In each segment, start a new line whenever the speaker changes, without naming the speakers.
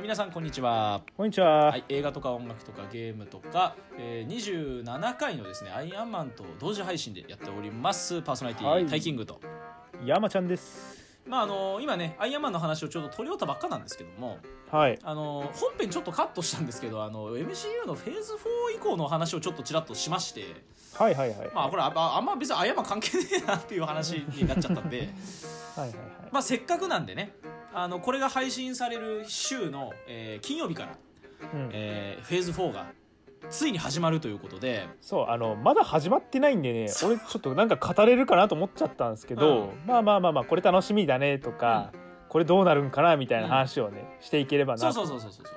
皆さんこんにちは、
こんにちは。
はい、映画とか音楽とかゲームとか、えー、27回のですねアイアンマンと同時配信でやっておりますパーソナリティ、
はい
タイキングと
山ちゃんです。
まああの今ねアイアンマンの話をちょうど取り終わったばっかなんですけども
はい。
あの本編ちょっとカットしたんですけどあの MCU のフェーズ4以降の話をちょっとちらっとしまして
はいはいはい。
まあこれあああんま別にアイアンマン関係ねえなっていう話になっちゃったん で
はいはい
まあせっかくなんでねあのこれが配信される週の、えー金曜日から、
はい。うん。
えーフェーズ4がついに始まるということで
そうあのまだ始まってないんでね
そ
俺ちょっとなんか語れるかなと思っちゃったんですけど、
う
まあまあまあまあこれ楽しみだねとか、これどうなるんかなみたいな話をね、していければな
そうそうそうそうそうそう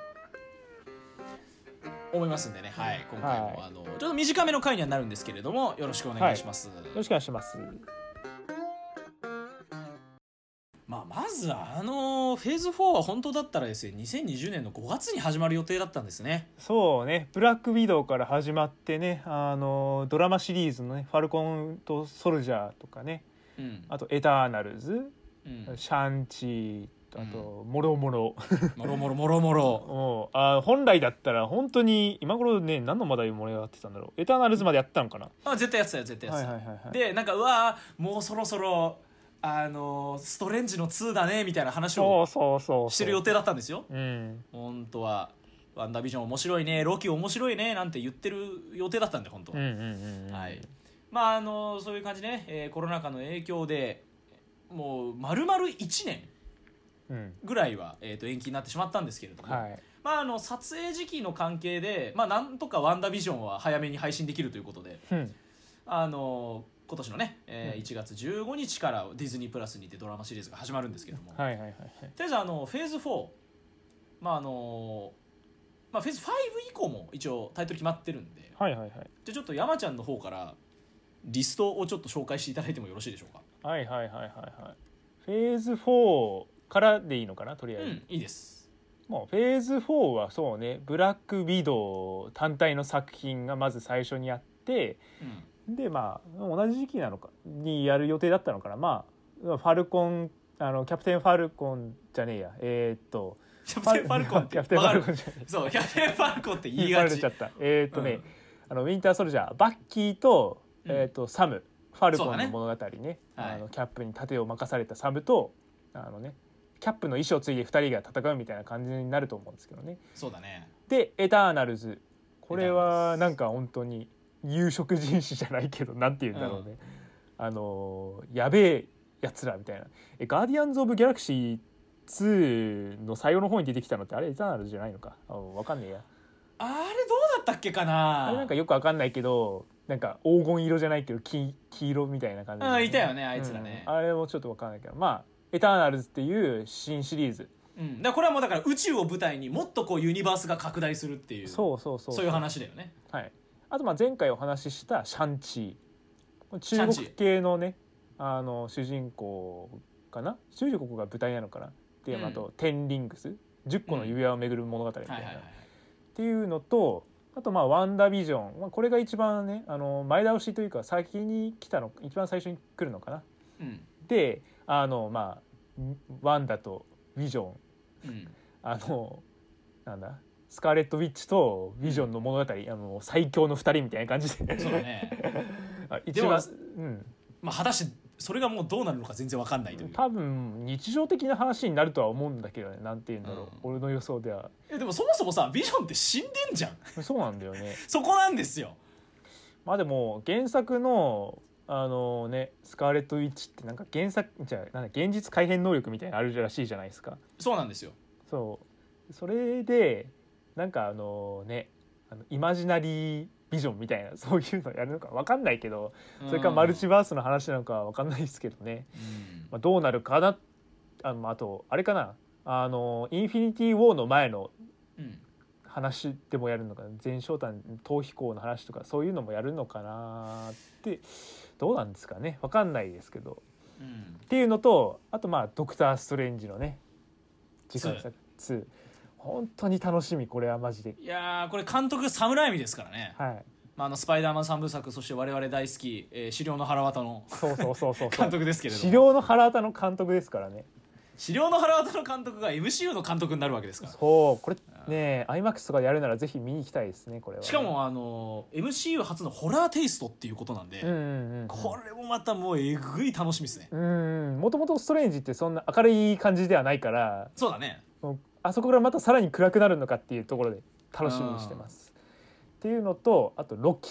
思いますんでねはい今回も、
はい
あのちょっと短めの回にはなるんですけれどもよろしくお願いします、
よろしくお願いします
まあ、まずあのフェーズ4は本当だったらですね2020年の5月に始まる予定だったんですね
そうねブラックウィドウから始まってねあのドラマシリーズのね「ファルコンとソルジャー」とかね
うん
あと「エターナルズ」
うん
シャンチー」あと「もろもろ」
もろもろもろもろ
もうあー本来だったら本当に今頃ね何のまだ盛り上がってたんだろうエターナルズまでやってたのかな
あ絶対やつだよ絶対やつ
は
だ
い
よ、
はいはいはい
でなんかうわーもうそろそろあのストレンジの2だねみたいな話
そ
を
うそうそう
してる予定だったんですよ
うん
本当はワンダービジョン面白いねロキ面白いねなんて言ってる予定だったんで本当
うんう
は、
んうんうん
はいまああのそういう感じでね、えーコロナ禍の影響でもう丸々1年
うん
ぐらいは、えー、と延期になってしまったんですけれども、
はい
まあ、あの撮影時期の関係で、まあ、なんとか「ワンダービジョン」は早めに配信できるということで、
うん
あの今年のね、えー
うん
1月15日からディズニープラスにてドラマシリーズが始まるんですけども、
はいはいはいはい
とりあえずあのフェーズ4、まああのまあ、フェーズ5以降も一応タイトル決まってるんで
はいはいはい
じゃあちょっと山ちゃんの方からリストをちょっと紹介していただいてもよろしいでしょうか。
はいはいはいはいはいフェーズ4からでいいのかなとりあ
う
えず、
ん、いいです。
もうフェーズ4はそうねブラックウィドウ単体の作品がまず最初にあって、
うん
でまあ同じ時期なのかにやる予定だったのかなまあファルコンあのキャプテンファルコンじゃねえやえーっと
キャプテン・ファルコンっ
キ
て
ャプテンファル
わか
コ
る
ンじゃね
そうキャプテン・ファルコンって
え
言い
言わ
が
れ
ち
ちゃったえーっとね、
うん
あのウィンターソルジャーバッキーと,、
うん
えーっとサムファルコ
そう
ン
だ
の
ね
物語ね
はい
あのキャップに盾を任されたサムとあのねキャップの衣装を継いで2人が戦うみたいな感じになると思うんですけどね
そうだね
でエターナルズこれは
エターナルズ
なんか本当に有色人種じゃないけどなんて言うんだろうね、あのーやべえやつらみたいなえガーディアンズ・オブ・ギャラクシー2の最後の方に出てきたのってあれエターナルズじゃないのかあわかんねえや
あれどうだったっけかな
あれなんかよくわかんないけどなんか黄金色じゃないけど黄黄色みたいな感じで
うんいたよねあいつらね
うんあれもちょっとわかんないけどまあエターナルズっていう新シリーズ
うん、だからこれはもうだから宇宙を舞台にもっとこうユニバースが拡大するっていう
そうそうそう
そういう話だよね
はい、あとまあ前回お話ししたシャンチー
ャ
中
ンチー
国系のねあの主人公かな中国が舞台なのかなっていう、
うん
あと「テンリングス」10個の指輪を巡る物語みたいな、
はいはいはい
っ、ていうのとあとまあ「ワンダービジョン」まあ、これが一番ねあの前倒しというか先に来たの一番最初に来るのかな。
うん
であのまあワンダとビジョン
うん、
あのなんだスカーレット・ウィッチとビジョンの物語、あの最強の2人みたいな感じで
そうだ ね、
あ一番、うん、
まあ、果たしてそれがもうどうなるのか全然わかんないという
多分日常的な話になるとは思うんだけどねなんて言うんだろう、俺の予想では
えでもそもそもさビジョンって死んでんじゃん
そうなんだよね
そこなんですよ
まあでも原作のあのねスカーレット・ウィッチってなんか原作じゃあなんだ現実改変能力みたいなのあるらしいじゃないですか
そうなんですよ
そうそれでなんかあのねあのイマジナリービジョンみたいなそういうのやるのかわかんないけどそれからマルチバースの話なのかわかんないですけどね、
うん
まあ、どうなるかなあのあとあれかなあのインフィニティ・ウォーの前の
うん
話でもやるのかな全翔太逃避行の話とかそういうのもやるのかなってどうなんですかねわかんないですけど
うん
っていうのとあとまあ「ドクター・ストレンジ」のね時間作2本当に楽しみこれはマジで
いやーこれ監督サムライミですからね、
はい
まあ、あのスパイダーマン三部作そして我々大好き「えー、狩猟の腹渡」の
そうそうそうそうそう
監督ですけれども
資料の原田の監督ですからね
資料の原渡の監督が MCU の監督になるわけですから
そうこれね IMAX とかでやるならぜひ見に行きたいですねこれは
しかもあの MCU 初のホラーテイストっていうことなんで、
うんうんうん
これもまたもうえぐい楽しみですね、
うんもともとストレンジってそんな明るい感じではないから
そうだね
あそこからまたさらに暗くなるのかっていうところで楽しみにしてます。っていうのとあとロキ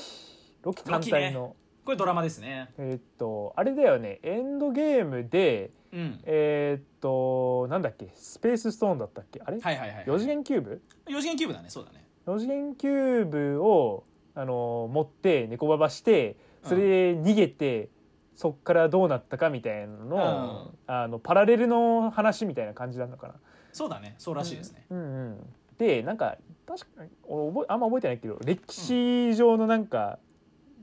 ロキ単体の、
これドラマですね
えーっとあれだよねエンドゲームで
うん
えーっとなんだっけスペースストーンだったっけあれ、
はいはいはい
4次元キューブ
四次元キューブだねそうだね
?4 次元キューブをあの持って猫ばばしてそれで逃げて、そっからどうなったかみたいなのを、あのパラレルの話みたいな感じなのかな。
そうだねそうらしいですね、
うんうん、でなんか確かに俺覚えあんま覚えてないけど歴史上のなんか、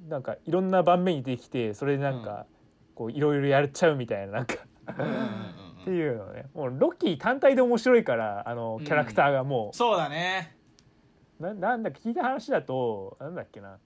なんかいろんな盤面にできてそれでなんか、こういろいろやっちゃうみたいななんか
うんうんうん
っ
う
て
ん
いうのねもうロッキー単体で面白いからあの
うん
キャラクターがも
そうだね
う、ななんだっけ聞いた話だとなんだっけな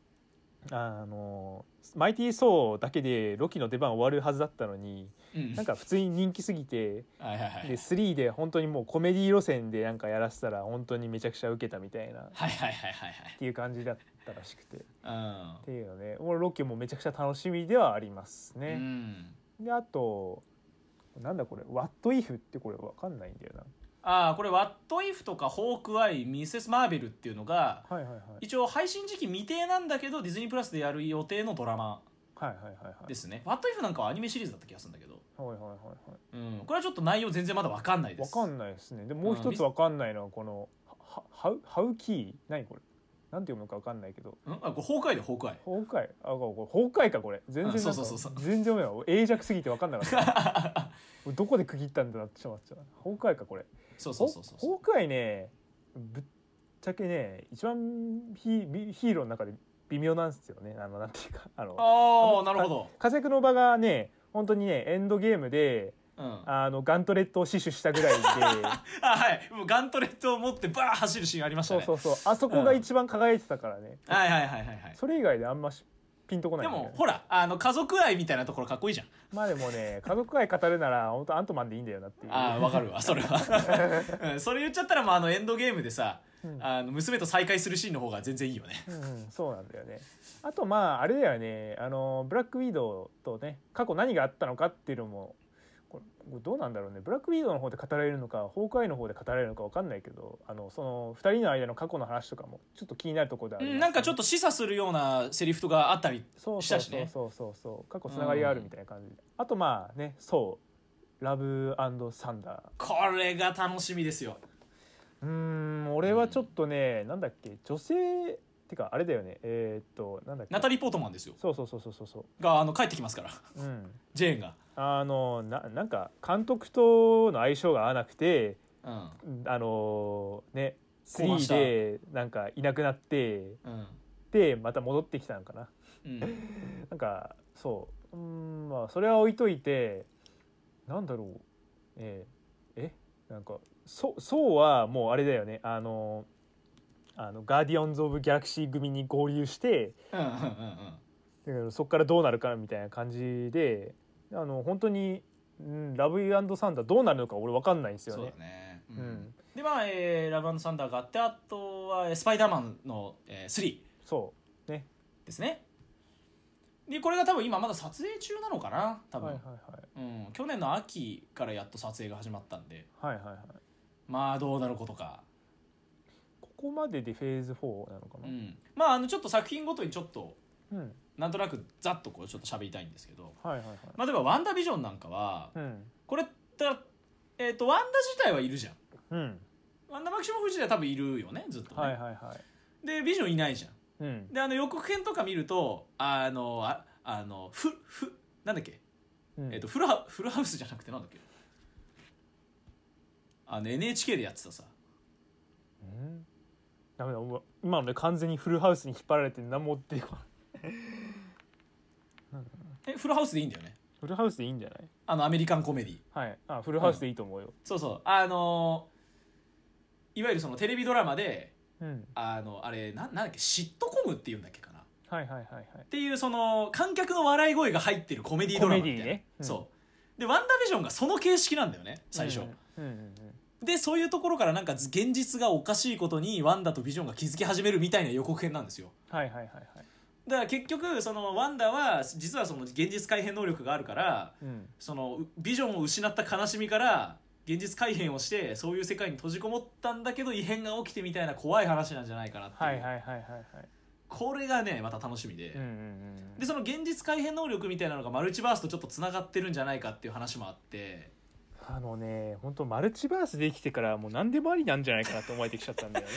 あのマイティー・ソーだけでロキの出番終わるはずだったのに
うん
なんか普通に人気すぎて
はいはいはい
で3で本当にもうコメディ路線でなんかやらせたら本当にめちゃくちゃ受けたみたいな
はいはいはいはいはい
っていう感じだったらしくてっ
うん
ていうのね俺ロケもめちゃくちゃ楽しみではあります
う
ね。
ん、
であとなんだこれ「What If」ってこれわかんないんだよな。
ああこれ「ワットイフとか「ホークアイ」「ミセス・マーベル」っていうのが
はいはいはい。
一応配信時期未定なんだけどディズニープラスでやる予定のドラマ
はいはいはいはい。
ですね「ワットイフなんかはアニメシリーズだった気がするんだけど、
はいはいはいは
うん、これはちょっと内容全然まだ分かんない
い。
で
わ
す
かんないですね。でもう一つわかんないのはこの「はハウハウキー」何これなんて読むのかわかんないけど。
うんあこれ崩壊で崩 壊
崩壊あこれ崩壊かこれ全然なん
う
か
んそうそうそうそう
全然読めない俺鋭弱すぎてわかんなかった 俺どこで区切ったんだなってしまっちゃう崩壊かこれ
そうそうそう そう
ほ崩壊ねぶっちゃけね一番ヒーヒーローの中で微妙なんですよねあのなんていうかあの
ああなるほど、
活躍の場がね本当にねエンドゲームで
うん、あ
あのガントレットを死守したぐらい で
はいもうガントレットを持ってバーッ走るシーンありました
そう
ね
そうそうあそこが一番輝いてたからね、
はいはいはいはいはい
それ以外であんましピンとこない
で
んだよね
もほらあの家族愛みたいなところかっこいいじゃん
まあで もね家族愛語るなら本当アントマンでいいんだよなっていう
ああわかるわそれは、 うん、それ言っちゃったらもうあのエンドゲームでさ
うん
あの娘と再会するシーンの方が全然いいよね
うんうん、そうなんだよね。あとまああれだよねあのブラックウィドウとね過去何があったのかっていうのもこれこれどうなんだろうねブラックウィドウの方で語られるのかホークアイの方で語られるのかわかんないけどあのその2人の間の過去の話とかもちょっと気になるところではあ
う
ります
ん、なんかちょっ
と
と示唆するようなセリフとかあったり
そう
し
そ
た
う
し
そ
ね
うそうそうそう過去つながりがあるみたいな感じ、あとまあねそうラブサンダー
これが楽しみですよ
うーん俺はちょっとね、なんだっけ女性ってかあれだよねえーっとなんだっけ
ナタリー・ポートマンですよ
そうそうそうそうそうそ
があの帰ってきますから
ううん
ジェーンが、
あのななんか監督との相性が合わなくて
うん
あのね
降板し
3
た
でなんかいなくなって
うん
でまた戻ってきたのかな
うん、
なんかそううんまあそれは置いといてなんだろうえーえなんかそうそうはもうあれだよねあのあのガーディオンズ・オブ・ギャラクシー組に合流して
うんうんうんうん
だからそこからどうなるかみたいな感じであの本当に、うん、ラブイーサンダーどうなるのか俺分かんないんですよ
そう
ね
だ。ね、う
うんん、
でまあ、えーラブサンダーがあってあとはえースパイダーマンの、えー、3
そうね、
ですねでこれが多分今まだ撮影中なのかな多分、
はいはい
うん、去年の秋からやっと撮影が始まったんで
はいはいはいはい。
まあどうなることか、
ここまででフェーズ4なのか
う
な。
ん、まああのちょっと作品ごとにちょっと
うん、
なんとなくざっとこうちょっと喋りたいんですけど、
はいはいはい。
まあ、例えば「ワンダービジョン」なんかは
うん
これだ、えー、とワンダ自体はいるじゃん
うん、
ワンダマキシモフ自体は多分いるよねずっとね、
はいはいはい。
でビジョンいないじゃん
うん、
であの予告編とか見るとあのああのふふなんだっけ、
うん
えっとフルハフルハウスじゃなくてなんだっけあの NHK でやってたさ
うん、ダメだうわ今ので完全にフルハウスに引っ張られて何も出てこない。
えフルハウスでいいんだよね
フルハウスでいいんじゃない
あのアメリカンコメディ
はい。あフルハウスでいいと思うよ。
そうそうあのいわゆるそのテレビドラマで
うん、
あのあれななんだっけシットコムっていうんだっけかなっ
はいはいはいはい。
ていうその観客の笑い声が入ってるコメディド
コ
ラマ
メ
み
デ
たい
ィ
な
ね。うん
そでワンダービジョンがその形式なんだよね最初、
うんうんうん
でそういうところからなんか現実がおかしいことにワンダとビジョンが気づき始めるみたいな予告編なんですよ
はいはいはいはい
だから結局そのワンダは実はその現実改変能力があるから
うん
そのうビジョンを失った悲しみから現実改変をしてそういう世界に閉じこもったんだけど異変が起きてみたいな怖い話なんじゃないかなっていう
はいはいはいはいはい
これがねまた楽しみで、
うんうんうん
でその現実改変能力みたいなのがマルチバースとちょっとつながってるんじゃないかっていう話もあって
あのね本当マルチバースできてからもう何でもありなんじゃないかなと思えてきちゃったんだよね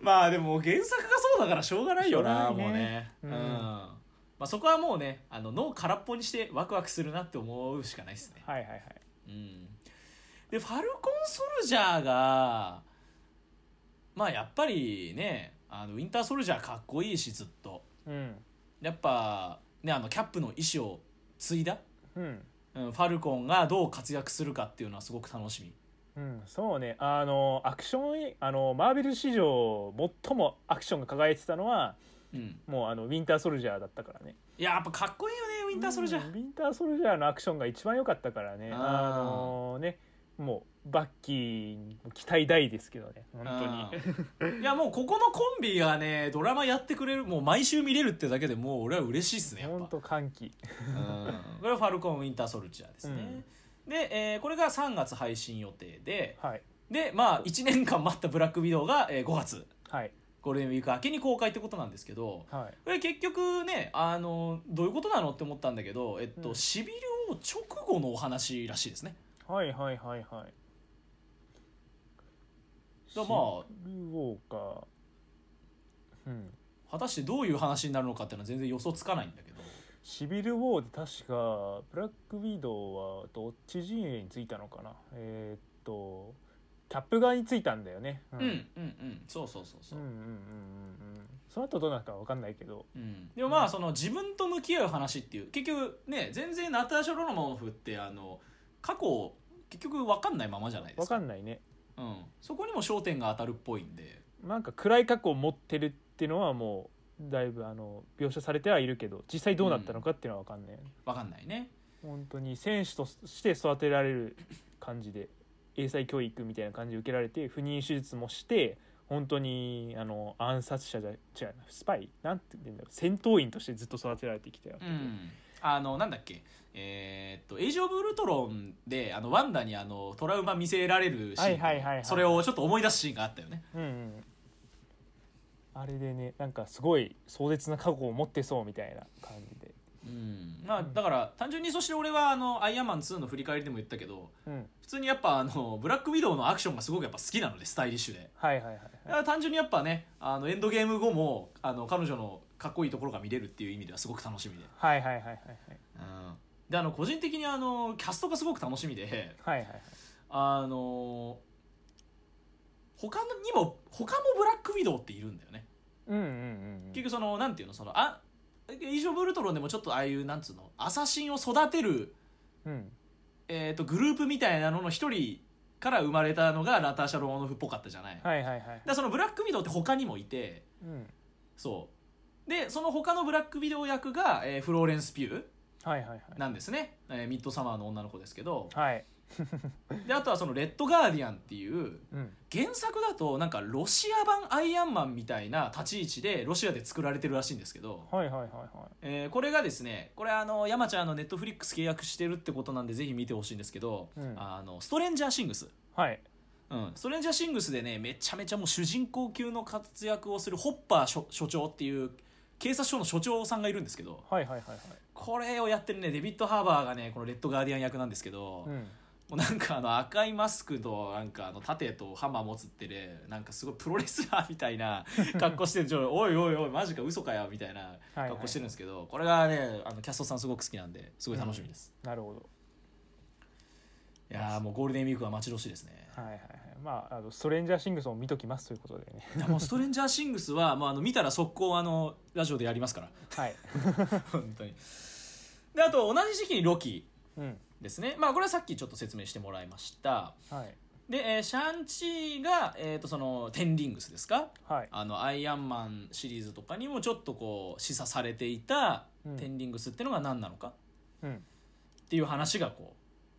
まあでも原作がそうだからしょうがないよな
しょうが
もう
ない
ね
ね、
うん
うん
まあ、そこはもうねあの脳空っぽにしてワクワクするなって思うしかないですね、
はいはいはい
うん、でファルコンソルジャーがまあやっぱりねあのウィンターソルジャーかっこいいしずっと
うん
やっぱねあのキャップの意思を継いだ、
うん
うん、ファルコンがどう活躍するかっていうのはすごく楽しみ
うん、そうねあのアクション映あのマーベル史上最もアクションが輝いてたのは
うん、
もうあのウィンターソルジャーだったからね
いややっぱかっこいいよねウィンターソルジャー、
うんウィンターソルジャーのアクションが一番良かったからね
あー
あのねもうバッキーに期待大ですけどね本当に
当にいやもうここのコンビがねドラマやってくれるもう毎週見れるってだけでもう俺は嬉しいっすねやっ
本
ぱ、
当歓喜
うん、これは「ファルコン・ウィンター・ソルジャー」ですね、で、えーこれが3月配信予定で
はい
でまあ1年間待った「ブラック・ビドウが」えー5月
はい
ゴールデンウィーク明けに公開ってことなんですけど
はい
これ結局ねあのどういうことなのって思ったんだけど、えっと
うん
シビル王直後のお話らしいですね
はいはいはいはい
だからまあ
シビルウォーカーうん
果たしてどういう話になるのかっていうのは全然予想つかないんだけど
シビルウォーで確かブラックウィドウはどっち陣営についたのかなえーっとキャップ側についたんだよねう
うんうんうんそうそうそうそううん
うんうんうんうんその後どうなるかわかんないけど
うん、でもまあその自分と向き合う話っていう結局ね全然ナターシャ・ロロモノフってあの過去結局分かんないままじゃないで
わ
すか
かんないね
うん、そこにも焦点が当たるっぽいんで
なんか暗い過去を持ってるっていうのはもうだいぶあの描写されてはいるけど実際どうなったのかっていうのはわかんない、
分かんないね
本当に選手として育てられる感じで英才教育みたいな感じで受けられて不妊手術もして本当にあの暗殺者じゃ違うなスパイなんて言うんだろう戦闘員としてずっと育てられてきたよ、
うんあのなんだっけえーっと「エイジ・オブ・ウルトロンで」あのワンダにあのトラウマ見せられるシーン、
はいはいはいはい
それをちょっと思い出すシーンがあったよね
うんうんあれでねなんかすごい壮絶な過去を持ってそうみたいな感じで、
うんまあだから単純にそして俺はあの「アイアンマン2」の振り返りでも言ったけど
うん、
普通にやっぱあのブラックウィドウのアクションがすごくやっぱ好きなのでスタイリッシュで
はいはいはい
だ
はい
から単純にやっぱねあのエンドゲーム後もあの彼女のかっこいいところが見れるっていう意味ではすごく楽しみで、
はいはいはいはい
うん、であの個人的にあのキャストがすごく楽しみで
はいはいはい
あの他のにも他もブラックウィドウっているんだよね
うんうんうん
結局そのなんていうのそのあイジョブ・ウルトロンでもちょっとああいうなんつうのアサシンを育てる、
うんうん
えー、とグループみたいなのの一人から生まれたのがラターシャ・ロモノフっぽかったじゃない、だか
はいはいはい
らそのブラックウィドウって他にもいて
うん
そうでその他のブラックビデオ役が、えーフローレンス・ピュ
はいはいはい
ーなんですね、えーミッドサマーの女の子ですけど
はい
であとはその「レッド・ガーディアン」っていう
うん
原作だとなんかロシア版アイアンマンみたいな立ち位置でロシアで作られてるらしいんですけど、
はいはいはいはい
えーこれがですねこれあの山ちゃんのネットフリックス契約してるってことなんでぜひ見てほしいんですけど、
うん
あのストレンジャー・シングス
はい
うん、ストレンジャーシングスでねめちゃめちゃもう主人公級の活躍をするホッパー所所長っていう警察署の署長さんがいるんですけど
はいはいはいはい
これをやってるねデビッド・ハーバーがねこのレッド・ガーディアン役なんですけど、
う
も
ん
うなんかあの赤いマスクとなんかあの盾とハンマー持つってねなんかすごいプロレスラーみたい な格好してるちょおいおいおいマジか嘘かよみたいな
はい
格好してるんですけど、これがねあのキャストさんすごく好きなんですごい楽しみです、
なるほど
いやーもうゴールデンウィークは待ち遠しいですね、
はいはいはいまああのストレンジャーシングスも見ときますということでね
いやもうストレンジャーシングスはもうあの見たら速攻あのラジオでやりますから
はい
本当にであと同じ時期にロキ
うん
ですねまあこれはさっきちょっと説明してもらいました
はい
で、えーシャンチーが、えー、とそのテンリングスですか
はい
あのアイアンマンシリーズとかにもちょっとこう示唆されていた
うん
テンリングスってのが何なのか
うん
っていう話がこ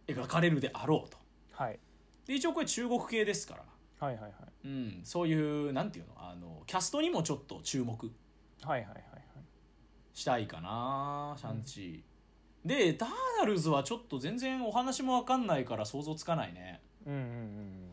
う描かれるであろうと
はい
で一応これ中国系ですから、
はいはいはい
うん、そういうなんていうのあのキャストにもちょっと注目
はいはいはいはい
したいかなシャンチー、でダーダルズはちょっと全然お話も分かんないから想像つかないね
うんうんうんうん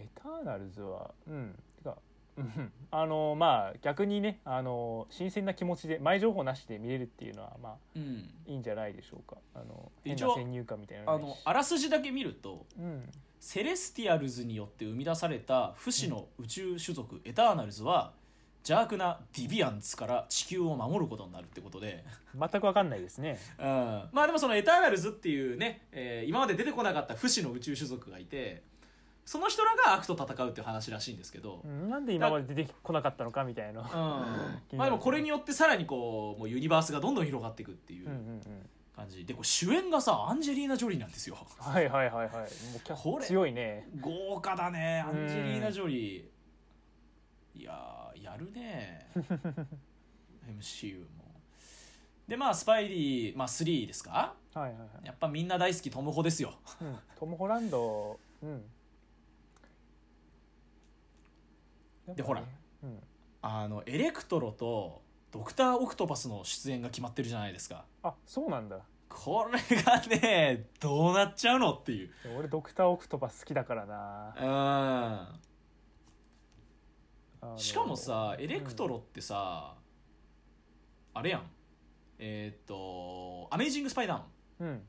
エターナルズはうんてかうんあのまあ逆にねあの新鮮な気持ちで前情報なしで見れるっていうのはまあ
うん
いいんじゃないでしょうかあの変
一
な
応
先入観みたいな
あ
ない
の
し
あらすじだけ見ると
うん
セレスティアルズによって生み出された不死の宇宙種族エターナルズは邪悪なディビアンツから地球を守ることになるってことで、
全く分かんないですね
うん、まあでもそのエターナルズっていうね、えー今まで出てこなかった不死の宇宙種族がいてその人らが悪と戦うっていう話らしいんですけど、
うんなんで今まで出てこなかったのかみたいな
うんまあでもこれによってさらにこうもうユニバースがどんどん広がっていくってい
うんうん
う
うん
感じでこれ主演がさアンジェリーナ・ジョリーなんですよ
はいはいはいはいもうキャ
これ
ス強いね
豪華だねア
うん
ンジェリーナ・ジョリーいやーやるね MCU もでまあスパイリー、まあ、3ですか
はいはいはい
やっぱみんな大好きトム・ホですよ
うんトム・ホランド、うん、
でほら
うん、
あのエレクトロとドクター・オクトパスの出演が決まってるじゃないですか
あそうなんだ
これがねどうなっちゃうのっていう
でも俺ドクター・オクトパス好きだからな
うん
あの
しかもさエレクトロってさ、あれやんえーっと「アメイジング・スパイダーマン
うん、うん」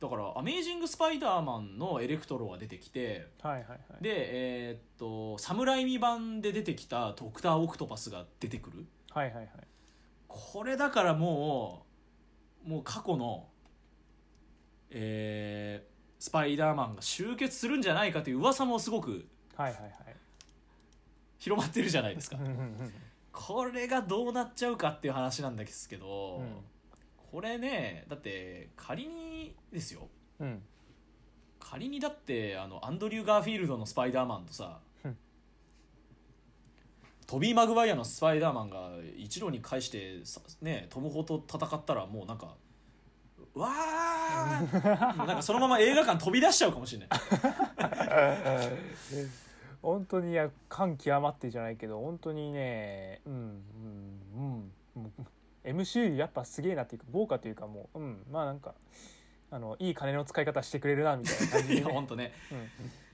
だから「アメイジング・スパイダーマン」のエレクトロが出てきて
はいはいはい
でえーっとサムライミ版で出てきたドクター・オクトパスが出てくる
はいはいはい
これだからもうもう過去のえースパイダーマンが集結するんじゃないかという噂もすごく
はいはいはい
広まってるじゃないですか
うんうんうん
これがどうなっちゃうかっていう話なんですけど、
うん
これねだって仮にですよ
うん
仮にだってあのアンドリュー・ガーフィールドのスパイダーマンとさ
うん
トビー・マグワイアのスパイダーマンが一郎に返してさねトム・ホと戦ったらもうなんかわーもうなんかそのまま映画館飛び出しちゃうかもしれ ない
本当にいや感極まってじゃないけど本当にねうんうんうんもう MC やっぱすげえなっていうか豪華というかもううんまあなんかあのいい金の使い方してくれるなみたいな感じ
い
で、
やほ
ね
んとね
うん
い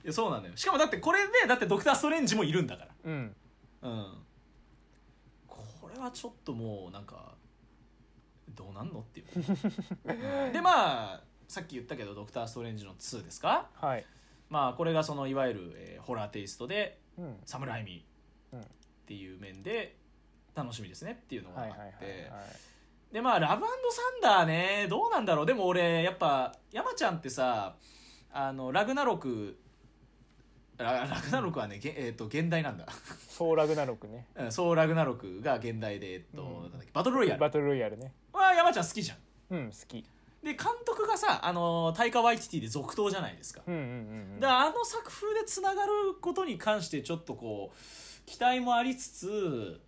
やそうなんだよしかもだってこれでだってドクター・ストレンジもいるんだから
うん、
うんこれはちょっともうなんかどうなんのっていう でまあさっき言ったけど「ドクター・ストレンジ」の2ですか
はい、
まあこれがそのいわゆる、えーホラーテイストで
うん、
「サムライミ」
うん
っていう面で楽しみですねっていうのがあ
は
っ
い
て、
はいはいはい
でまあ「ラブサンダーね」どうなんだろうでも俺やっぱ山ちゃんってさあのラグナロクララグナロクはね、げえー、と現代なんだ
そうラグナロクね
うんそうラグナロクが現代で、えっと
うん
なんだっけバトルロイヤル
バトルロイヤルね
は山ちゃん好きじゃん
うん好き
で監督がさあのタイカ・ワイティティで続投じゃないですか、
うんうんうんうん
だからあの作風でつながることに関してちょっとこう期待もありつつ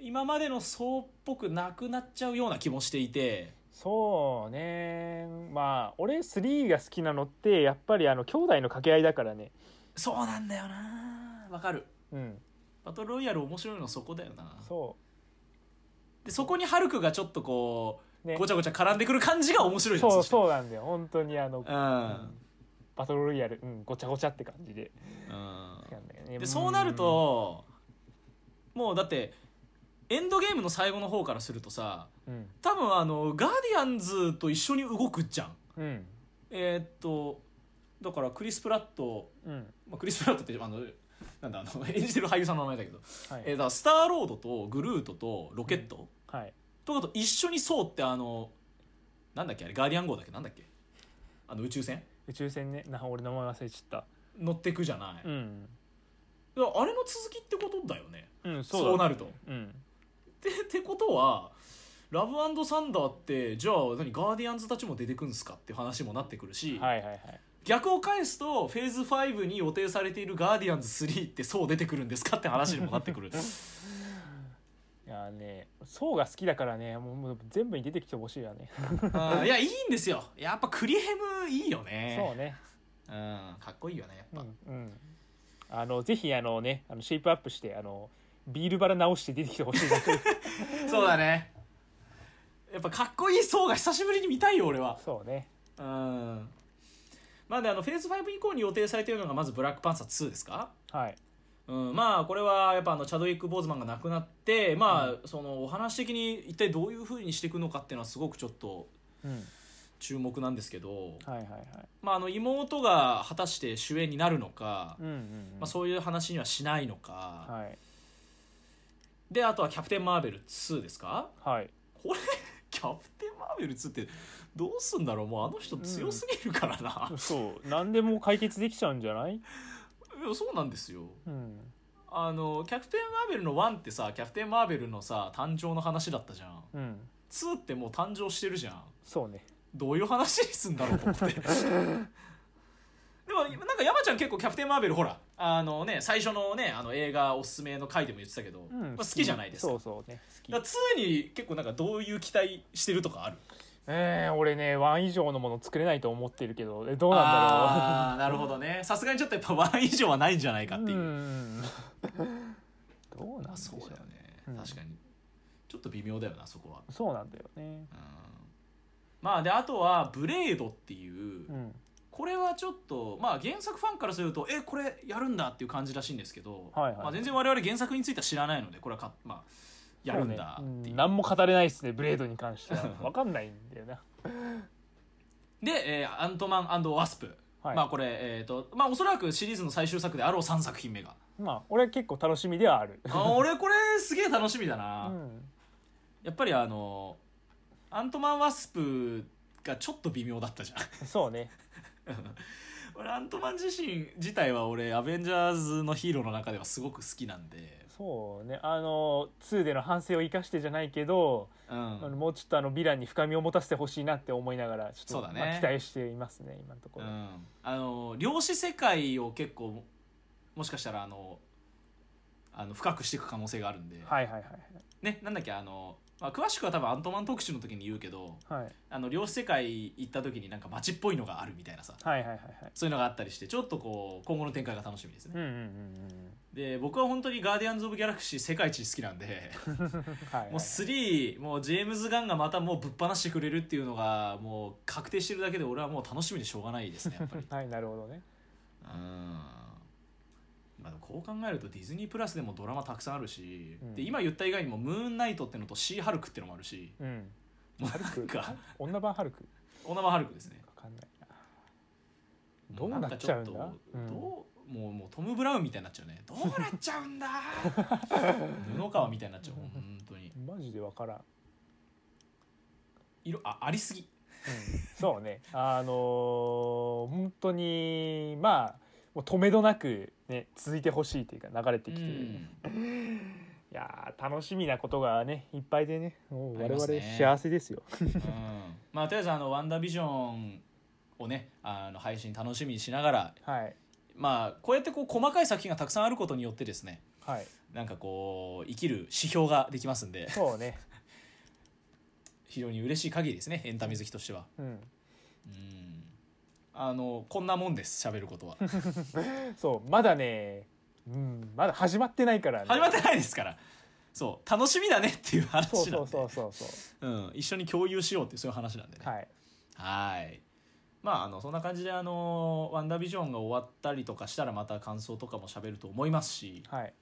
今までのそうっぽくなくなっちゃうような気もしていて
そうねまあ俺3が好きなのってやっぱりあの兄弟の掛け合いだからね
そうなんだよなわかる
うん
バトルロイヤル面白いのそこだよな
そ
でそこにハルクがちょっとこ
う
う
ね
ごちゃごちゃ絡んでくる感じが面白いの
そう
して
そうなんだよ本当にあの、
うん、うん
バトルロイヤル、うん、ごちゃごちゃって感じでなんだよね
でそうなるともうだってエンドゲームの最後の方からするとさ
うん
多分あのガーディアンズと一緒に動くじゃん
うん
えーっとだからクリス・プラット、
うん
まあ、クリス・プラットってあのなんだあの 演じてる俳優さんの名前だけど、
はい、
えーだからスター・ロードとグルートとロケット、
はい
とかと一緒にそうってあのなんだっけあれガーディアン号だっけなんだっけあの宇宙船
宇宙船ねな俺名前忘れちゃっ
乗ってくじゃない、
たうん
だからあれの続きってことだよね
うん
そう
そうだ
なると。
うん
ってってことはラブサンダーってじゃあ何ガーディアンズたちも出てくんすかって話もなってくるし、
はいはいはい
逆を返すとフェーズ5に予定されているガーディアンズ3ってそう出てくるんですかって話にもなってくる
いいやーね層が好きだからねもうもう全部に出てきてほしいよね、
うんいやいいんですよやっぱクリヘムいいよ
そう
ね
ね、
う、ん、かっこいいよねやっ
う
ぱ、
んうん、あのぜひあのねあのシェイプアップしてあのビールバラ直して出てきてほしい なという
そうだねやっぱかっこいい層が久しぶりに見たいよ俺は
そうね
うんまあであのフェーズ5以降に予定されているのがまずブラックパンサー2ですか
はい
うん、まあこれはやっぱあのチャドウィック・ボーズマンが亡くなってまあそのお話的に一体どういうふうにしていくのかっていうのはすごくちょっと
うん
注目なんですけど、
はいはいはい
まあ、あの妹が果たして主演になるのか、
うんうんうん
まあ、そういう話にはしないのか、
はい
であとは「キャプテン・マーベル2」ですか
はい
これ キャプテン・マーベル2ってどうすんだろうもうあの人強すぎるからな、
そう何でも解決できちゃうんじゃない、
いや そうなんですよ
うん、
あのキャプテン・マーベルの1ってさキャプテン・マーベルのさ誕生の話だったじゃん
うん
2ってもう誕生してるじゃん
そうね
どういう話にすんだろうと思って でもなんか山ちゃん結構「キャプテン・マーベル」ほらあのね最初のねあの映画おすすめの回でも言ってたけど、
うん
まあ、好きじゃないですか
そ
だ
うそうね好き
から2に結構なんかどういう期待してるとかある
えー、俺ねワン以上のもの作れないと思ってるけどえどうなん
あーなるほどねさすがにちょっとやっぱ1以上はないんじゃないか
だ
っ
ろ
てい
う
う、
ん どうなん
まあ、
でし
そ
ょ
う
う
だよね、
うん
確かにちょっと微妙だよなそこは
そうなんだよね
うんまあであとは「ブレード」っていう、
うん
これはちょっと、まあ、原作ファンからするとえこれやるんだっていう感じらしいんですけど、
はいはい
まあ、全然我々原作については知らないのでこれはか、まあ、やるんだ
そうね
っていうう。
ん何も語れないですねブレードに関し てはわかんないんだよな
で、えーアントマンワスプ」
はい
まあこれ、えーとまあ、おそらくシリーズの最終作であろう3作品目が
まあ俺は結構楽しみではある
あ俺これすげえ楽しみだ
う
な、
ん
やっぱりあのアントマン・ワスプがちょっと微妙だったじゃん
そうね
俺アントマン自身自体は俺アベンジャーズのヒーローの中ではすごく好きなんで、
そうねあの2での反省を生かしてじゃないけど、
うん、
あのもうちょっとあのヴィランに深みを持たせてほしいなって思いながらちょっと
そうだね
まあ期待していますね今のとこ
う
ろ、
ん、あの量子世界を結構もしかしたらあのあの深くしていく可能性があるんで、
はいはいはい
ねなんだっけあの、まあ、詳しくは多分アントマン特集の時に言うけど
はいはい
あの量子世界行った時になんか街っぽいのがあるみたいなさ
はいはいはいはい
そういうのがあったりしてちょっとこう今後の展開が楽しみです
う
ね、
んうんうん
で僕は本当に「ガーディアンズ・オブ・ギャラクシー」世界一好きなんで
うんはいはい
もう3もうジェームズ・ガンがまたもうぶっ放してくれるっていうのがもう確定してるだけで俺はもう楽しみでしょうがないですねやっぱり
はいなるほどね
うんまあ、でもこう考えるとディズニープラスでもドラマたくさんあるし、
うん
で今言った以外にも「ムーンナイト」ってのと「シー・ハルク」ってのもあるし
うん
もう
ハル
なん
ク
か
女版ハルク
お名前ハルクですね
わかんないなどうなっちゃうんだ
もなんかちょっと
うん
どうもうもうトム・ブラウンみたいになっちゃうねどうなっちゃ うんだ布川みたいになっちゃう本当に
マジでわからん、うん、
色あありすぎ
そうねあのー本当にまあもう止めどなくね続いてほしいというか流れてきて、いやー楽しみなことがねいっぱいでねもう
ありま
我々
すね
幸せですよ
うんうんまあとりあえずあの「ワンダービジョン」をねあの配信楽しみにしながら
はい
まあこうやってこう細かい作品がたくさんあることによってですね
はい
なんかこう生きる指標ができますんで
そうね
非常に嬉しい限りですねエンタメ好きとしては
うん
うんあのこんなもんです喋ること は
そうまだねうんまだ始まってないから、ね、
始まってないですからそう楽しみだねっていう話
そう
な
そ
ん
う
で
そうそうそう
うん一緒に共有しようっていうそういう話なんでね
はい
はいまああのそんな感じであの「ワンダービジョン」が終わったりとかしたらまた感想とかも喋ると思いますし
はい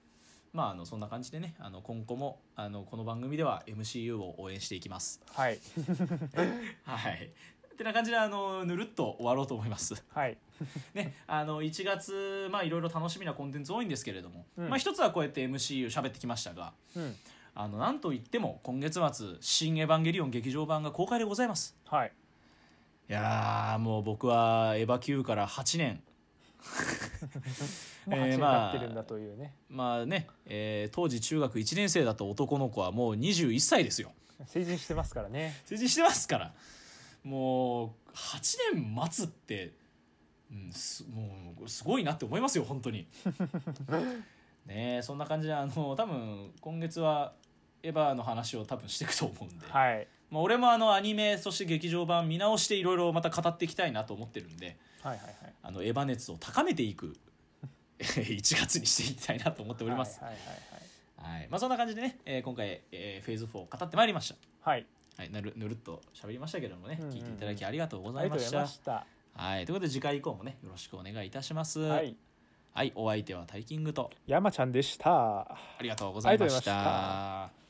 まああのそんな感じでねあの今後もあのこの番組では MCU を応援していきます
はい
はい。ってな感じで、あの、ぬるっと終わろうと思います。
はい
ね、あの、1月、まあ、いろいろ楽しみなコンテンツ多いんですけれども、
うん
まあ、一つはこうやって MCU 喋ってきましたが、
うん
あの、なんといっても、今月末、新エヴァンゲリオン劇場版が公開でございます。
はい
いやー、もう僕は、エヴァ Q から8年、 え
もう8
ー
年
まあ
経ってるんだというね、
まあね、えー当時中学1年生だった男の子はもう21歳ですよ。
成人してますからね
成人してますからもう8年待つって、うん、すもうすごいなって思いますよ本当にねえそんな感じであの多分今月はエヴァの話を多分していくと思うんで、
はい
まあ、俺もあのアニメそして劇場版見直していろいろまた語っていきたいなと思ってるんで
はいはいはい
あのエヴァ熱を高めていく 1月にしていきたいなと思っております、
はいはいはい
はいまあ、そんな感じでね、えー今回、えーフェーズ4を語ってまいりました
はい、はい、
はい、ぬるぬるっと喋りましたけどもね、
うんうんうん
聞いていただきありがとうご
あ
ざい
りが
ま
とうご
し
ざ
た
いました
はいということで次回以降もねよろしくお願いいたします
はい
はい、お相手はタイキングと
山ちゃんでした
ありがとうございま
ありがとうございま
した